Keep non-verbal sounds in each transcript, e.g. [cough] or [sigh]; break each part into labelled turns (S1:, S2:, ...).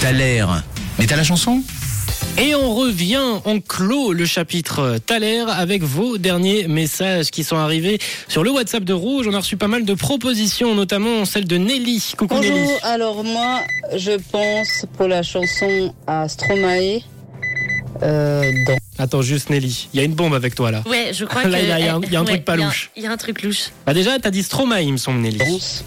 S1: T'as l'air. Mais t'as la chanson
S2: Et on revient, on clôt le chapitre Thaler avec vos derniers messages qui sont arrivés sur le WhatsApp de Rouge. On a reçu pas mal de propositions, notamment celle de Nelly. Coucou Nelly.
S3: Bonjour, alors moi je pense pour la chanson à Stromae euh, dans
S2: Attends juste Nelly, il y a une bombe avec toi là.
S4: Ouais, je crois
S2: [laughs]
S4: que.
S2: Là, il y a- il y a un- il y a un
S4: Ouais,
S2: truc pas
S4: il y a-
S2: louche.
S4: Il y a un truc louche.
S2: Bah déjà, t'as dit Stromae, il me semble Nelly.
S3: Danse.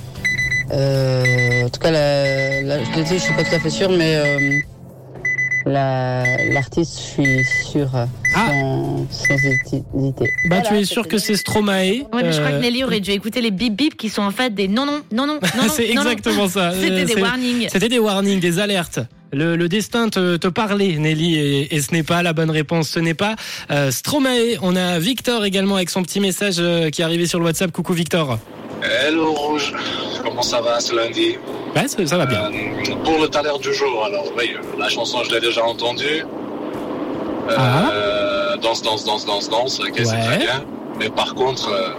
S3: Euh, en tout cas, la, la- je, le dis, je suis pas tout à fait sûre, mais euh, la- l'artiste, je suis sûre, euh,
S2: Ah.
S3: sans, sans hési- hésiter.
S2: Bah
S3: Voilà,
S2: tu es sûr que c'est Stromae.
S4: Ouais, mais je crois que
S2: euh,
S4: Nelly aurait dû écouter les bip bip qui sont en fait des non, non, non, non, non.
S2: [laughs]
S4: non,
S2: C'est
S4: non, non. [laughs]
S2: exactement ça. Euh,
S4: C'était des
S2: c'est-
S4: warnings.
S2: C'était des warnings, des alertes. Le, le destin te, te parlait, Nelly, et, et ce n'est pas la bonne réponse. Ce n'est pas euh, Stromae. On a Victor également avec son petit message euh, qui est arrivé sur le WhatsApp. Coucou Victor.
S5: Hello Rouge, comment ça va ce lundi
S2: Ouais, ça, ça va bien.
S5: Euh, Pour le talent du jour, alors oui, euh, la chanson je l'ai déjà entendue. Euh, Danse, danse, danse, danse, danse, ok, c'est
S2: Ah. Ouais.
S5: très bien. Mais par contre, euh,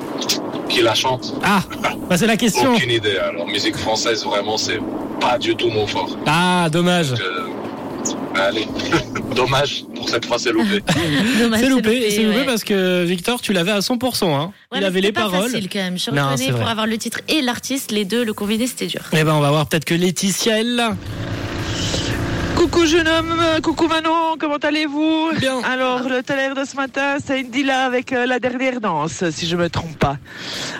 S5: qui la chante
S2: Ah, bah c'est la question.
S5: Aucune idée. Alors musique française, vraiment, c'est pas du tout mon fort.
S2: Ah, dommage.
S5: Euh, allez, [laughs] dommage pour cette fois c'est loupé.
S4: Dommage,
S2: C'est loupé, c'est loupé
S4: ouais.
S2: parce que Victor, tu l'avais à 100%. Hein.
S4: Ouais,
S2: Il
S4: mais
S2: avait les
S4: c'était pas
S2: paroles.
S4: facile quand même. Je suis
S2: Non,
S4: reconnue
S2: c'est
S4: pour
S2: vrai.
S4: avoir le titre et l'artiste, les deux, le combiné, c'était dur.
S2: Eh ben, on va voir peut-être que Laetitia, elle là.
S6: Coucou jeune homme, euh, coucou Manon, comment allez-vous
S2: Bien.
S6: Alors le talent de ce matin, c'est Indila avec euh, la dernière danse, si je me trompe pas.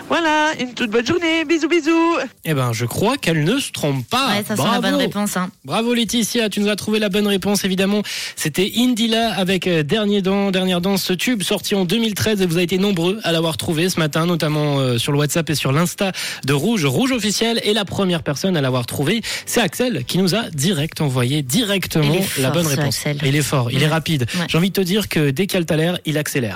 S6: Voilà, une toute bonne journée, bisous bisous.
S2: Eh ben, je crois qu'elle ne se trompe pas.
S4: ouais, ça sent la
S2: Ah, Bravo.
S4: bonne réponse. Hein.
S2: Bravo Laetitia, tu nous as trouvé la bonne réponse évidemment. C'était Indila avec euh, Dernier Dans, Dernière Danse, ce tube sorti en 2013 et vous avez été nombreux à l'avoir trouvé ce matin, notamment euh, sur le WhatsApp et sur l'Insta de Rouge, Rouge officiel. Et la première personne à l'avoir trouvé, c'est Axel qui nous a direct envoyé directement
S4: Il est
S2: la
S4: fort,
S2: bonne
S4: ce
S2: réponse.
S4: Axel.
S2: Il est fort, il est
S4: Ouais.
S2: rapide.
S4: Ouais.
S2: J'ai envie de te dire que dès qu'il y a le talent, il accélère.